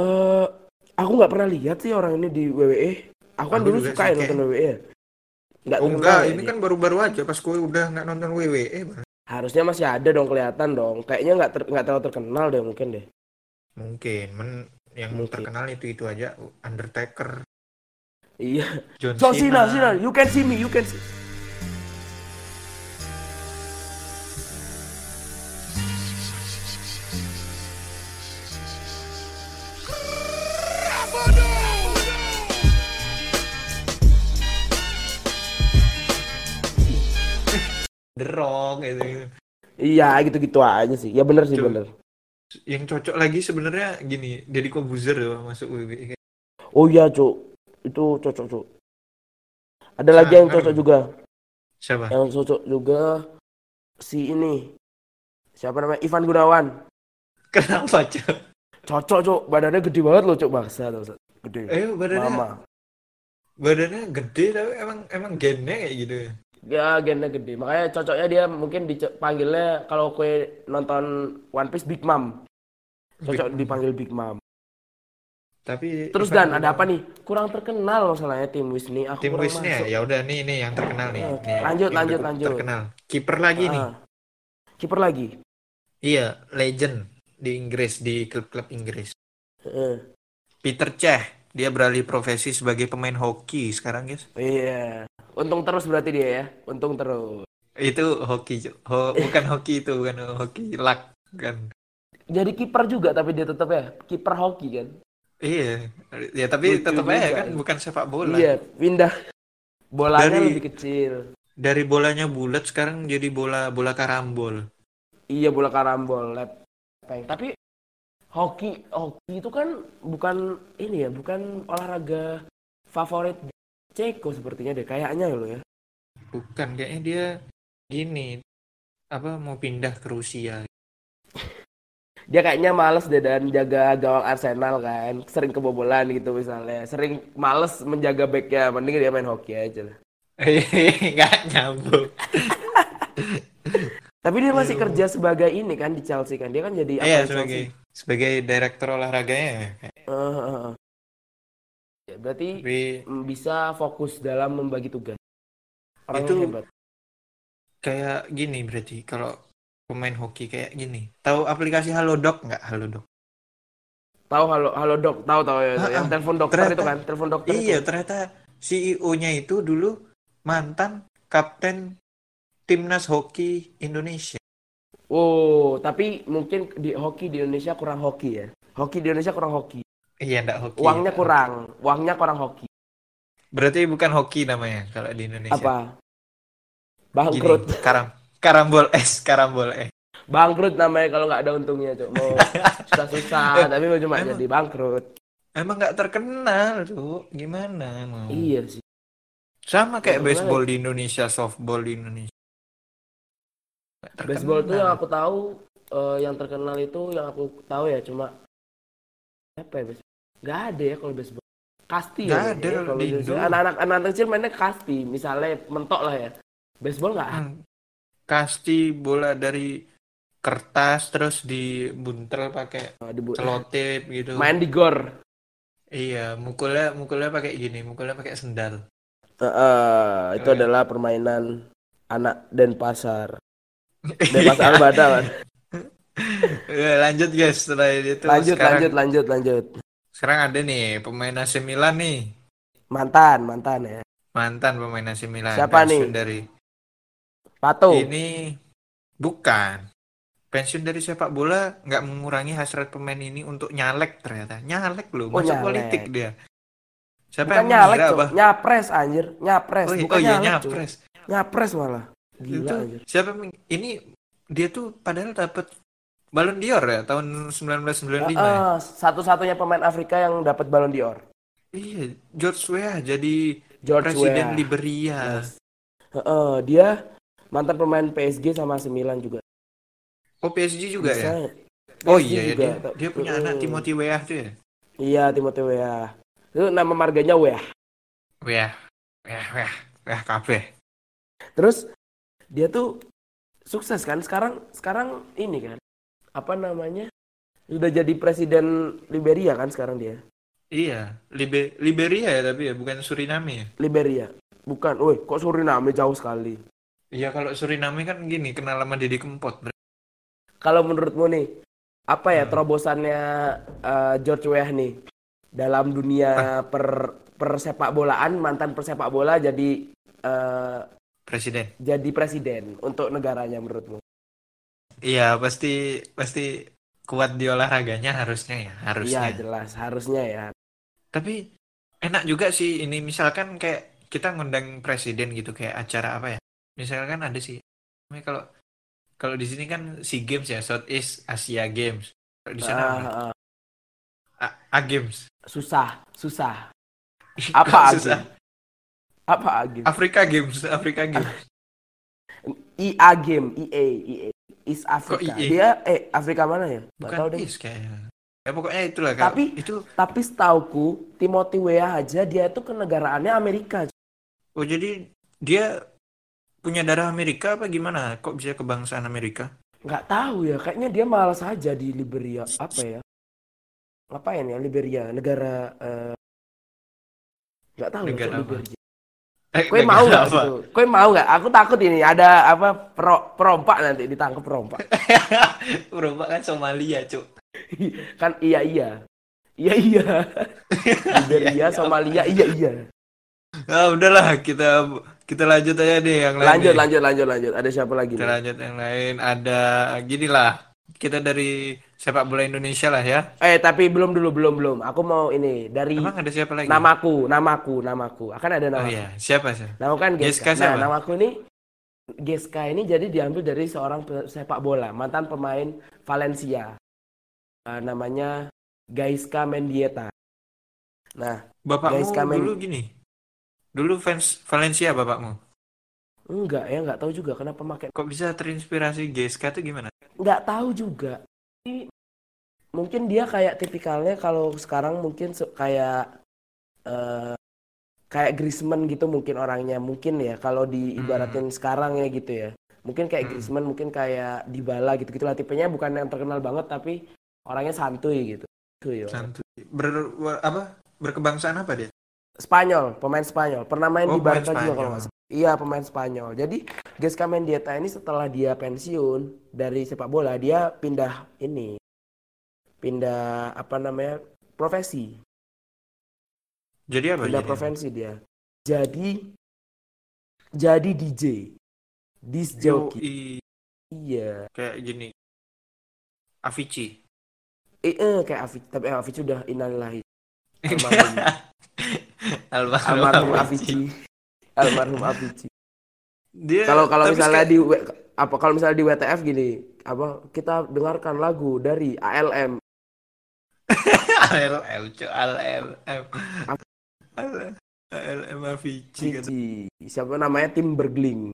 B: eh aku nggak pernah lihat sih orang ini di WWE. Aku kan
A: Aku
B: dulu
A: juga
B: suka ya
A: sih,
B: nonton WWE. Nggak
A: Oh
B: terkenal ya
A: enggak, ini
B: dia.
A: kan baru-baru aja pas gue udah nggak nonton WWE. Bang.
B: harusnya masih ada dong kelihatan dong. Kayaknya nggak ter- nggak terlalu terkenal deh mungkin deh.
A: Mungkin, men yang
B: Mungkin.
A: terkenal itu itu aja Undertaker,
B: Iya.
A: John
B: So Cena, Cena, you can see me, you can see.
A: The Rock, gitu, gitu.
B: Iya, gitu-gitu aja sih. Ya bener sih
A: Cuk.
B: bener.
A: Yang cocok lagi sebenarnya gini, Deddy Corbuzier loh masuk E. WWE.
B: Oh iya, Cuk. Itu cocok, Cuk. Ada lagi yang
A: Sangar.
B: cocok juga.
A: Siapa?
B: Yang cocok juga si ini. Siapa namanya? Ivan Gunawan.
A: Kenapa, Cok?
B: Cocok, Cok. Badannya gede banget loh, Cok. Bangsa, tuh, Cok. Gede.
A: Eh, badannya
B: Mama.
A: badannya gede tapi emang emang gennya kayak gitu. ya?
B: Ya, gennya gede. Makanya cocoknya dia mungkin dipanggilnya kalau kue nonton One Piece Big Mom. Cocok
A: Big-
B: dipanggil Big Mom.
A: Tapi
B: Terus
A: Ivan
B: Dan, ada apa nih? Kurang terkenal masalahnya tim Wiz nih. Aku
A: Tim
B: kurang
A: Wisnya
B: masuk.
A: ya udah nih nih yang terkenal nih.
B: Eh,
A: Nih,
B: lanjut,
A: yang
B: lanjut,
A: cukup
B: lanjut.
A: Terkenal. Kiper lagi nih.
B: Ah. Kiper lagi.
A: Iya, legend di Inggris di klub-klub Inggris.
B: Heeh.
A: Peter Cech, dia beralih profesi sebagai pemain hoki sekarang, guys.
B: Iya. Untung terus berarti dia ya. Untung terus.
A: Itu hoki, Cok. Ho- bukan hoki itu, bukan hoki luck, kan. bukan.
B: Jadi kiper juga tapi dia tetap ya kiper hoki kan.
A: Iya, ya tapi
B: Lucu
A: tetap aja
B: juga
A: kan
B: ini.
A: bukan sepak bola.
B: Iya, pindah. Bolanya
A: Dari-
B: lebih kecil.
A: Dari bolanya bulat sekarang jadi bola bola karambol.
B: Iya, bola karambol, lepeng. Tapi hoki hoki itu kan bukan ini ya, bukan olahraga favorit Ceko sepertinya deh kayaknya loh ya.
A: Bukan kayaknya dia gini apa mau pindah ke Rusia.
B: dia kayaknya males deh dan jaga gawang Arsenal kan sering kebobolan gitu misalnya sering males menjaga backnya mending dia main hoki aja lah
A: nggak nyambung
B: tapi dia masih kerja sebagai ini kan di Chelsea kan dia kan jadi apa
A: iya
B: di
A: sebagai
B: Chelsea?
A: sebagai direktur olahraganya ya.
B: Eh, eh, eh. Ya, berarti
A: tapi
B: mm, bisa fokus dalam membagi tugas orang
A: Itu-
B: yang hebat
A: kayak gini berarti kalau pemain hoki kayak gini tahu aplikasi Halodoc nggak Halodoc
B: tahu halo halo dok tahu tahu ya,
A: Ah, ah.
B: yang telepon dokter
A: Ternyata-
B: itu kan telepon dokter itu.
A: Iya, ternyata CEO-nya itu dulu mantan kapten timnas hoki Indonesia.
B: Wow, Oh, tapi mungkin di hoki di Indonesia kurang hoki ya. Hoki di Indonesia kurang hoki.
A: Iya, enggak hoki.
B: Uangnya kurang, uangnya kurang hoki.
A: Berarti bukan hoki namanya kalau di Indonesia.
B: Apa?
A: Gini,
B: Bangkrut,
A: karam karambol es, karambol es.
B: bangkrut namanya kalau nggak ada untungnya, Cok. Mau susah-susah, tapi mau cuma
A: Emang-
B: jadi bangkrut.
A: Emang nggak terkenal tuh, gimana mau?
B: Iya sih.
A: Sama kayak
B: Terkenal.
A: baseball di Indonesia, softball di Indonesia. Nggak terkenal.
B: Baseball tuh ya- yang aku tahu eh, yang terkenal itu yang aku tahu ya cuma apa ya baseball? Gak ada ya kalau baseball. Kasti
A: Nggak
B: ya.
A: ada
B: ya,
A: kalau
B: kalau
A: di
B: baseball.
A: Indo.
B: anak-anak anak-anak kecil mainnya kasti, misalnya mentok lah ya. Baseball nggak ada.
A: Hmm. Kasti bola dari kertas terus dibuntel pakai
B: Dibu-
A: selotip gitu.
B: Iya. main di gor.
A: Iya, mukulnya mukulnya pakai gini, mukulnya pakai sendal.
B: Heeh, itu
A: Oke.
B: adalah permainan anak Denpasar. Denpasar Bada. Pak.
A: Eh, lanjut guys, setelah itu
B: Lanjut,
A: sekarang
B: lanjut, lanjut, lanjut.
A: sekarang ada nih pemain AC Milan nih,
B: Mantan, mantan ya.
A: mantan pemain AC Milan.
B: Siapa nih? Oh.
A: pensiun dari
B: Patung.
A: ini bukan pensiun dari sepak bola nggak mengurangi hasrat pemain ini untuk nyalek ternyata nyalek loh
B: Oh,
A: masuk
B: nyalek.
A: politik dia siapa
B: Bukan
A: yang
B: nyalek,
A: mengira
B: Cok.
A: bah
B: nyapres anjir, nyapres.
A: oh, iya-
B: Bukan
A: oh iya
B: nyalek, Cok.
A: nyapres
B: Nyapres malah. Gila
A: itu
B: anjir.
A: siapa yang meng- ini dia tuh padahal dapat Ballon d'Or ya tahun 1995 ya?
B: Heeh, satu-satunya pemain Afrika yang dapat Ballon d'Or.
A: iya George Weah jadi
B: George
A: presiden ya.
B: Weah.
A: Liberia
B: Yes. Heeh, dia mantan pemain PSG sama AC Milan juga.
A: oh PSG juga ya
B: Bisa-
A: oh
B: PSG
A: iya ya
B: juga.
A: dia, dia punya anak
B: Mm.
A: Timothy Weah tuh ya
B: Iya, Timothy Weah. Itu nama marganya Weah.
A: Weah Weah Weah Weah kabeh
B: Terus dia tuh sukses kan sekarang sekarang ini kan apa namanya sudah jadi presiden Liberia kan sekarang dia
A: Iya, Libe- Liberia ya tapi ya, bukan Suriname ya.
B: Liberia bukan, woi kok Suriname jauh sekali.
A: Iya kalau Suriname kan gini, kenal sama Didi Kempot. bre.
B: Kalau menurutmu nih apa ya
A: Hmm.
B: terobosannya eh, George Weah nih dalam
A: Ah.
B: dunia per persepak bolaan mantan persepak bola jadi eh,
A: Presiden.
B: jadi presiden untuk negaranya menurutmu?
A: Iya pasti pasti kuat di olahraganya harusnya ya,
B: Iya
A: harusnya.
B: jelas harusnya ya.
A: Tapi enak juga sih ini misalkan kayak kita ngundang presiden gitu kayak acara apa ya. Misalkan ada sih, namanya kalau kalau di sini kan SEA Games ya, Southeast Asia Games. Kalau di sana apa?
B: Ah, ah.
A: A, A Games.
B: susah susah.
A: Kok
B: Apa A
A: susah?
B: Games? Ah, Apa A game?
A: Afrika Games, Afrika Games.
B: IA game, EA, EA. East Africa.
A: EA?
B: Dia eh Afrika mana ya? Nggak tahu
A: Bukan
B: deh.
A: East kayaknya. Ya pokoknya itulah kalau
B: Tapi-
A: itu
B: Tapi setauku Timothy Weah aja dia itu kenegaraannya Amerika.
A: Oh jadi dia punya darah Amerika apa gimana? Kok bisa kebangsaan Amerika?
B: Nggak tahu ya, kayaknya dia malas aja di Liberia. Apa ya? Ngapain ya Liberia? Negara eh, nggak tahu ya,
A: Negara
B: Cok,
A: apa?
B: Liberia.
A: Eh,
B: Kue
A: negara
B: mau nggak
A: apa?
B: itu? Kue mau nggak? Aku takut ini ada apa pro, perompak nanti ditangkap perompak.
A: Berubah kan Somalia, Cuk.
B: kan iya iya. Iya iya. Liberia, Somalia, iya iya.
A: Ah, udahlah, kita kita lanjut aja deh yang lain.
B: lanjut
A: deh.
B: lanjut lanjut lanjut ada siapa lagi
A: Kita
B: nih?
A: lanjut yang lain. Ada gini lah. Kita dari sepak bola Indonesia lah ya.
B: eh tapi belum dulu belum belum aku mau ini dari
A: Emang ada siapa lagi?
B: namaku namaku namaku akan ada nama
A: Oh iya, siapa sih?
B: nama kan
A: Geska
B: Geska, nah
A: siapa?
B: namaku ini Geska ini jadi diambil dari seorang pe- sepak bola mantan pemain Valencia Eh, namanya Gaiska Mendieta nah
A: Bapakmu
B: Guys, kamen.
A: dulu gini. Dulu fans Valencia bapakmu.
B: enggak ya enggak tahu juga kenapa pakai
A: Kok bisa terinspirasi GSK tuh gimana?
B: enggak tahu juga Ini mungkin dia kayak tipikalnya kalau sekarang mungkin se- kayak eh, kayak Griezmann gitu mungkin orangnya mungkin ya kalau diibaratin sekarang ya gitu ya mungkin kayak
A: Hmm.
B: Griezmann mungkin kayak Dybala gitu gitulah tipenya bukan yang terkenal banget tapi orangnya santuy gitu Santuy, ya.
A: Santuy. Ber wa- apa? Berkebangsaan apa dia?
B: Spanyol, pemain Spanyol. Pernah main
A: Oh,
B: di Barca
A: pemain
B: juga kalau nggak
A: Spanyol.
B: salah. Iya, pemain Spanyol. Jadi, Gesca Mendieta ini setelah dia pensiun dari sepak bola, dia pindah ini. Pindah apa namanya? profesi.
A: Jadi apa?
B: Pindah
A: jadi?
B: profesi dia. Jadi jadi DJ. Disc
A: Yoi,
B: jockey. Iya.
A: kayak gini. Avicii.
B: Eh, eh, kayak Afic, tapi eh, Afic sudah innalillahi. Almarhum.
A: Almarhum
B: Almarhum
A: Avicii.
B: Avicii. Almarhum Avicii.
A: Dia
B: kalau kalau
A: tapi
B: misalnya
A: sekali-
B: di W- apa kalau misalnya di WTF gini apa kita dengarkan lagu dari ALM
A: ALM, cu, ALM. ALM Avicii gitu. kata.
B: Cici siapa namanya Tim Bergling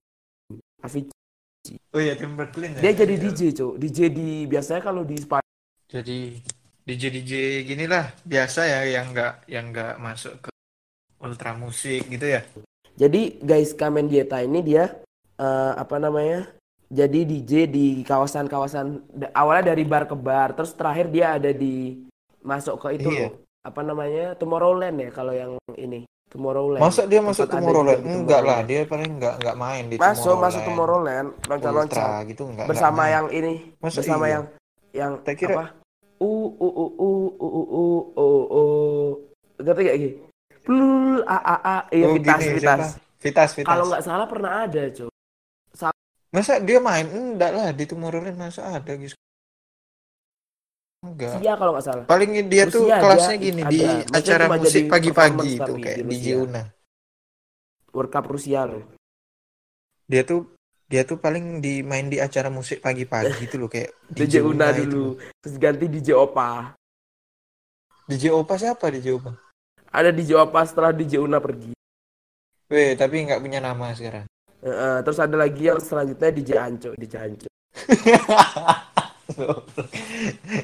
B: Avicii.
A: Oh iya, tim Brooklyn ya.
B: dia jadi DJ cok DJ di biasanya kalau di Spanyol
A: Jadi DJ DJ gini lah, biasa ya yang enggak yang enggak masuk ke ultra musik gitu ya.
B: jadi guys Kamen Dieta ini dia eh, apa namanya jadi DJ di kawasan-kawasan da- awalnya dari bar ke bar terus terakhir dia ada di masuk ke itu
A: Iya.
B: loh apa namanya Tomorrowland ya kalau yang ini Tomorrowland
A: Masa dia
B: Tempat
A: masuk
B: ada
A: Tomorrowland?
B: juga di
A: Enggak lah,
B: Tomorrowland.
A: dia paling enggak enggak main di
B: masuk
A: Tomorrowland.
B: masuk Tomorrowland loncat-loncat
A: Ultra gitu enggak.
B: bersama yang ini
A: Masa
B: bersama
A: iya?
B: yang yang
A: Tak kira-
B: apa u u u u u u u u u ngerti gak Gi? plul a a a iya
A: Oh,
B: vitas
A: gini,
B: vitas
A: siapa? Vitas, Vitas.
B: kalau nggak salah pernah ada cuy
A: Masa dia main? Enggak lah, di Tomorrowland masa ada gitu. Enggak.
B: iya kalau nggak salah
A: Paling dia tuh
B: Rusia
A: kelasnya
B: dia
A: gini di
B: ada. Mungkin
A: acara
B: cuma
A: musik
B: jadi
A: pagi-pagi
B: performance
A: itu
B: tapi
A: kayak
B: di
A: di
B: Rusia.
A: Una.
B: World Cup Rusia loh
A: Dia tuh dia tuh paling di main di acara musik
B: Eh.
A: pagi-pagi gitu loh kayak
B: DJ Una
A: itu.
B: dulu terus ganti DJ Opa
A: DJ Opa siapa DJ Opa?
B: ada DJ Opa setelah DJ Una pergi
A: Weh, tapi nggak punya nama sekarang.
B: Eh, eh, terus ada lagi yang selanjutnya DJ Anco DJ Anco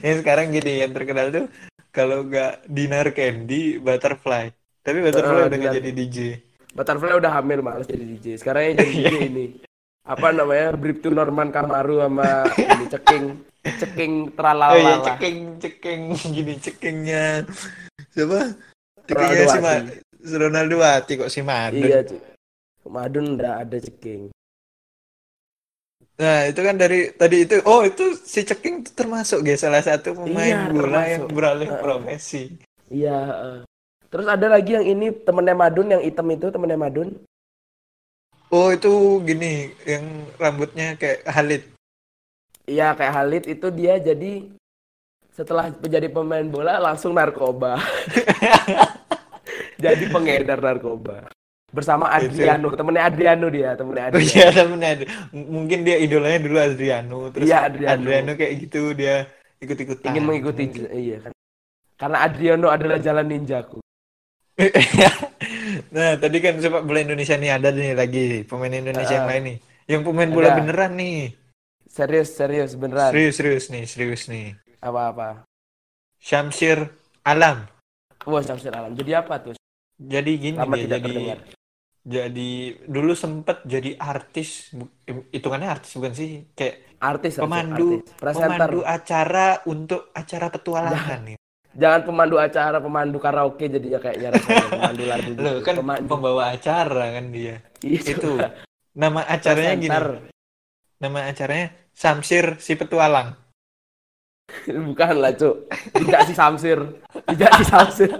A: yang sekarang gini yang terkenal tuh kalau nggak Dinar Candy Butterfly. Tapi Butterfly
B: Eh,
A: udah nggak
B: Dinar-
A: jadi DJ.
B: Butterfly udah hamil males jadi DJ. Sekarang yang jadi
A: Iya.
B: DJ ini apa namanya Bripto Norman Kamaru sama ini ceking ceking
A: Oh iya
B: tralala.
A: ceking ceking gini cekingnya siapa?
B: Ronaldo
A: Cekingnya si Ma
B: Wati.
A: Ronaldo Wati kok si Madun.
B: iya cuy. Madun udah ada ceking.
A: Nah itu kan dari tadi itu oh itu si ceking tuh termasuk guys salah satu pemain
B: Iya,
A: bola
B: termasuk.
A: yang beralih
B: Heeh.
A: profesi.
B: Iya. eh. Terus ada lagi yang ini temennya Madun yang hitam itu temennya Madun.
A: Oh itu gini yang rambutnya kayak Halid.
B: Iya kayak Halid itu dia jadi setelah menjadi pemain bola langsung narkoba. jadi pengedar narkoba. Bersama
A: Itu.
B: Adriano, temennya Adriano dia,
A: Iya, Oh
B: temennya Adriano.
A: iya temennya Ad- M- mungkin dia idolanya dulu Adriano terus
B: Iya, Adriano.
A: kayak gitu dia ikut-ikutan.
B: ingin mengikuti j- iya kan karena Adriano adalah jalan ninjaku
A: Nah tadi kan sepak bola Indonesia nih ada nih lagi pemain Indonesia yang
B: Heeh.
A: lain nih. Yang pemain bola
B: Ada.
A: beneran nih.
B: serius serius beneran
A: Serius serius nih serius nih.
B: apa apa
A: Syamsir Alam.
B: wah Syamsir Alam jadi apa tuh
A: Jadi gini
B: lama
A: dia
B: tidak
A: jadi
B: terdengar
A: jadi dulu sempet jadi artis Bu- hitungannya artis bukan sih kayak
B: artis harusnya,
A: Pemandu-
B: artis. presenter
A: pemandu acara untuk acara petualangan gitu. nih.
B: jangan pemandu acara pemandu karaoke jadinya kayaknya rasanya pemandu lagu gitu.
A: Loh, kan
B: pemandu
A: pembawa acara kan dia.
B: Iya,
A: Itu
B: coba.
A: nama acaranya gini.
B: Presenter.
A: Nama acaranya Samsir si petualang.
B: bukan lah cuk tidak si Samsir tidak si Samsir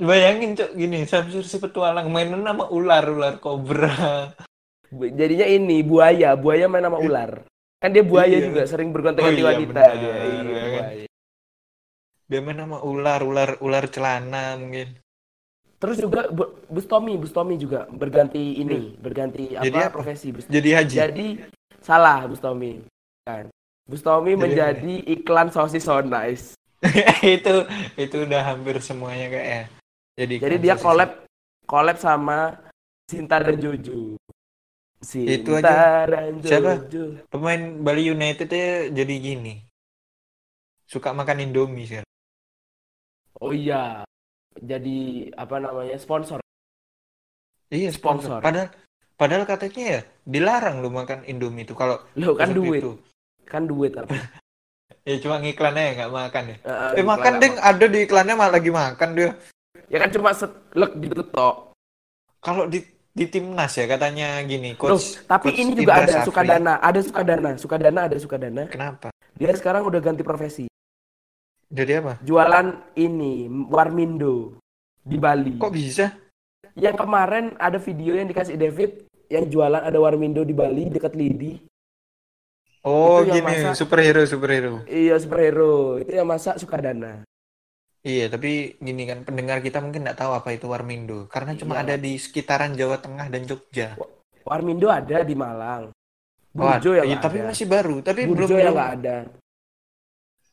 A: Bayangin cok gini, Samsir si petualang mainan nama ular, ular kobra.
B: jadinya ini buaya buaya main sama ular kan dia buaya
A: Iya.
B: juga sering bergonta ganti
A: Oh iya,
B: wanita
A: benar,
B: dia Iya,
A: ya kan?
B: buaya.
A: Dia main nama ular, ular ular celana mungkin.
B: Terus juga Bu- Bustomi, Bustomi juga berganti ini, berganti apa,
A: Jadi apa?
B: profesi. Bustomi.
A: Jadi haji.
B: Jadi salah Bustomi. Kan. Bustomi
A: Jadi
B: menjadi iklan sosis so nice.
A: itu itu udah hampir semuanya kayaknya. Jadi kan
B: Jadi dia collab collab sama Sinta dan Jojo.
A: Itu aja.
B: Cintaran
A: Siapa?
B: Jojo.
A: Pemain Bali United ya jadi gini. Suka makan Indomie sih.
B: Oh iya. Jadi apa namanya? Sponsor.
A: Iya,
B: Sponsor.
A: Padahal padahal katanya ya dilarang lu makan Indomie itu kalau
B: Lo kan
A: resep
B: duit,
A: itu.
B: kan duit apa?
A: Ya cuma ngiklannya ya nggak makan ya.
B: Eh,
A: Eh makan
B: iklan
A: deng ada di iklannya malah lagi makan dia.
B: apa. Ya kan cuma setlek di tok.
A: Kalau di di timnas ya katanya gini
B: Loh,
A: coach.
B: tapi
A: Coach
B: ini juga
A: Indra
B: ada
A: Safri.
B: Sukadana, ada Sukadana, Sukadana ada Sukadana.
A: Kenapa?
B: Dia sekarang udah ganti profesi.
A: Jadi apa?
B: Jualan ini Warmindo di Bali.
A: Kok bisa?
B: Yang kemarin ada video yang dikasih David yang jualan ada Warmindo di Bali dekat Lidi.
A: Oh,
B: Itu yang
A: gini
B: masak.
A: superhero superhero.
B: Iya superhero itu yang masak Sukadana.
A: Iya, tapi gini kan pendengar kita mungkin nggak tahu apa itu Warmindo karena cuma
B: Iya.
A: ada di sekitaran Jawa Tengah dan Jogja.
B: Warmindo ada di Malang.
A: Oh,
B: Burjo
A: ada.
B: yang
A: Iya,
B: nggak
A: tapi
B: ada.
A: masih baru, tapi belum
B: Burjo ya, yang
A: belum-
B: nggak ada.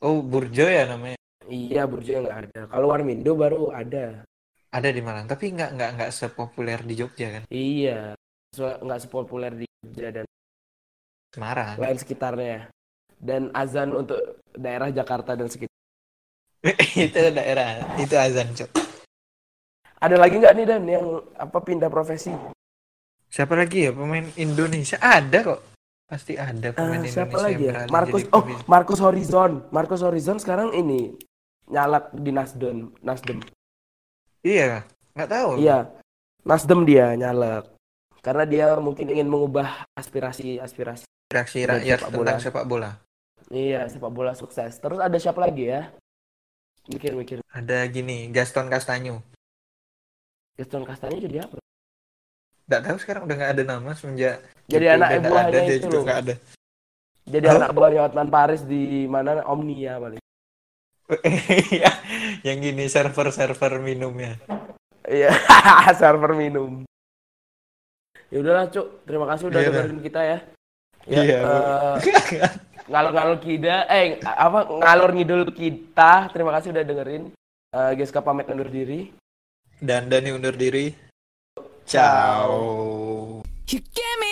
A: Oh, Burjo ya namanya.
B: Iya Burjo yang nggak ada. Kalau Warmindo baru ada.
A: Ada di Malang, tapi nggak nggak nggak sepopuler di Jogja kan.
B: Iya. So- Nggak sepopuler di Jogja dan
A: Semarang.
B: lain sekitarnya. Dan azan untuk daerah Jakarta dan sekitar.
A: itu daerah, itu azan, Cok.
B: Ada lagi nggak nih Dan yang apa pindah profesi?
A: Siapa lagi ya pemain Indonesia? Ada kok. Pasti ada pemain
B: Ah,
A: Indonesia
B: siapa
A: yang
B: lagi ya?
A: beralih
B: Marcus
A: jadi
B: oh
A: pemain.
B: Marcus Horizon. Marcus Horizon sekarang ini nyalak di Nasdem. Nasdem.
A: Iya, nggak tahu.
B: Iya. Nasdem dia nyalak. Karena dia mungkin ingin mengubah aspirasi-aspirasi.
A: Reaksi
B: Udah
A: rakyat
B: sepak bola.
A: tentang sepak bola.
B: Iya, sepak bola sukses. Terus ada siapa lagi ya? Mikir-mikir.
A: Ada gini, Gaston Castanyo.
B: Gaston Castanyo jadi apa?
A: Nggak tahu sekarang udah nggak ada nama semenjak
B: Jadi
A: Jokowi
B: anak
A: udah nggak
B: buahnya
A: ada, dia
B: itu
A: juga
B: loh.
A: nggak ada.
B: Jadi
A: Hah?
B: anak buahnya Otman Paris di mana? Omnia paling.
A: Iya, yang gini server-server minumnya.
B: Iya, server minum. Ya udahlah, Cuk. Terima kasih udah
A: Iya,
B: dengerin kita ya.
A: Iya, Bu.
B: eh, ngalor-ngalor kida eh apa ngalor ngidul kita. Terima kasih udah dengerin. Eh Geska pamit undur diri.
A: Dan Dani undur diri.
B: Ciao.
A: Ciao.
E: You give me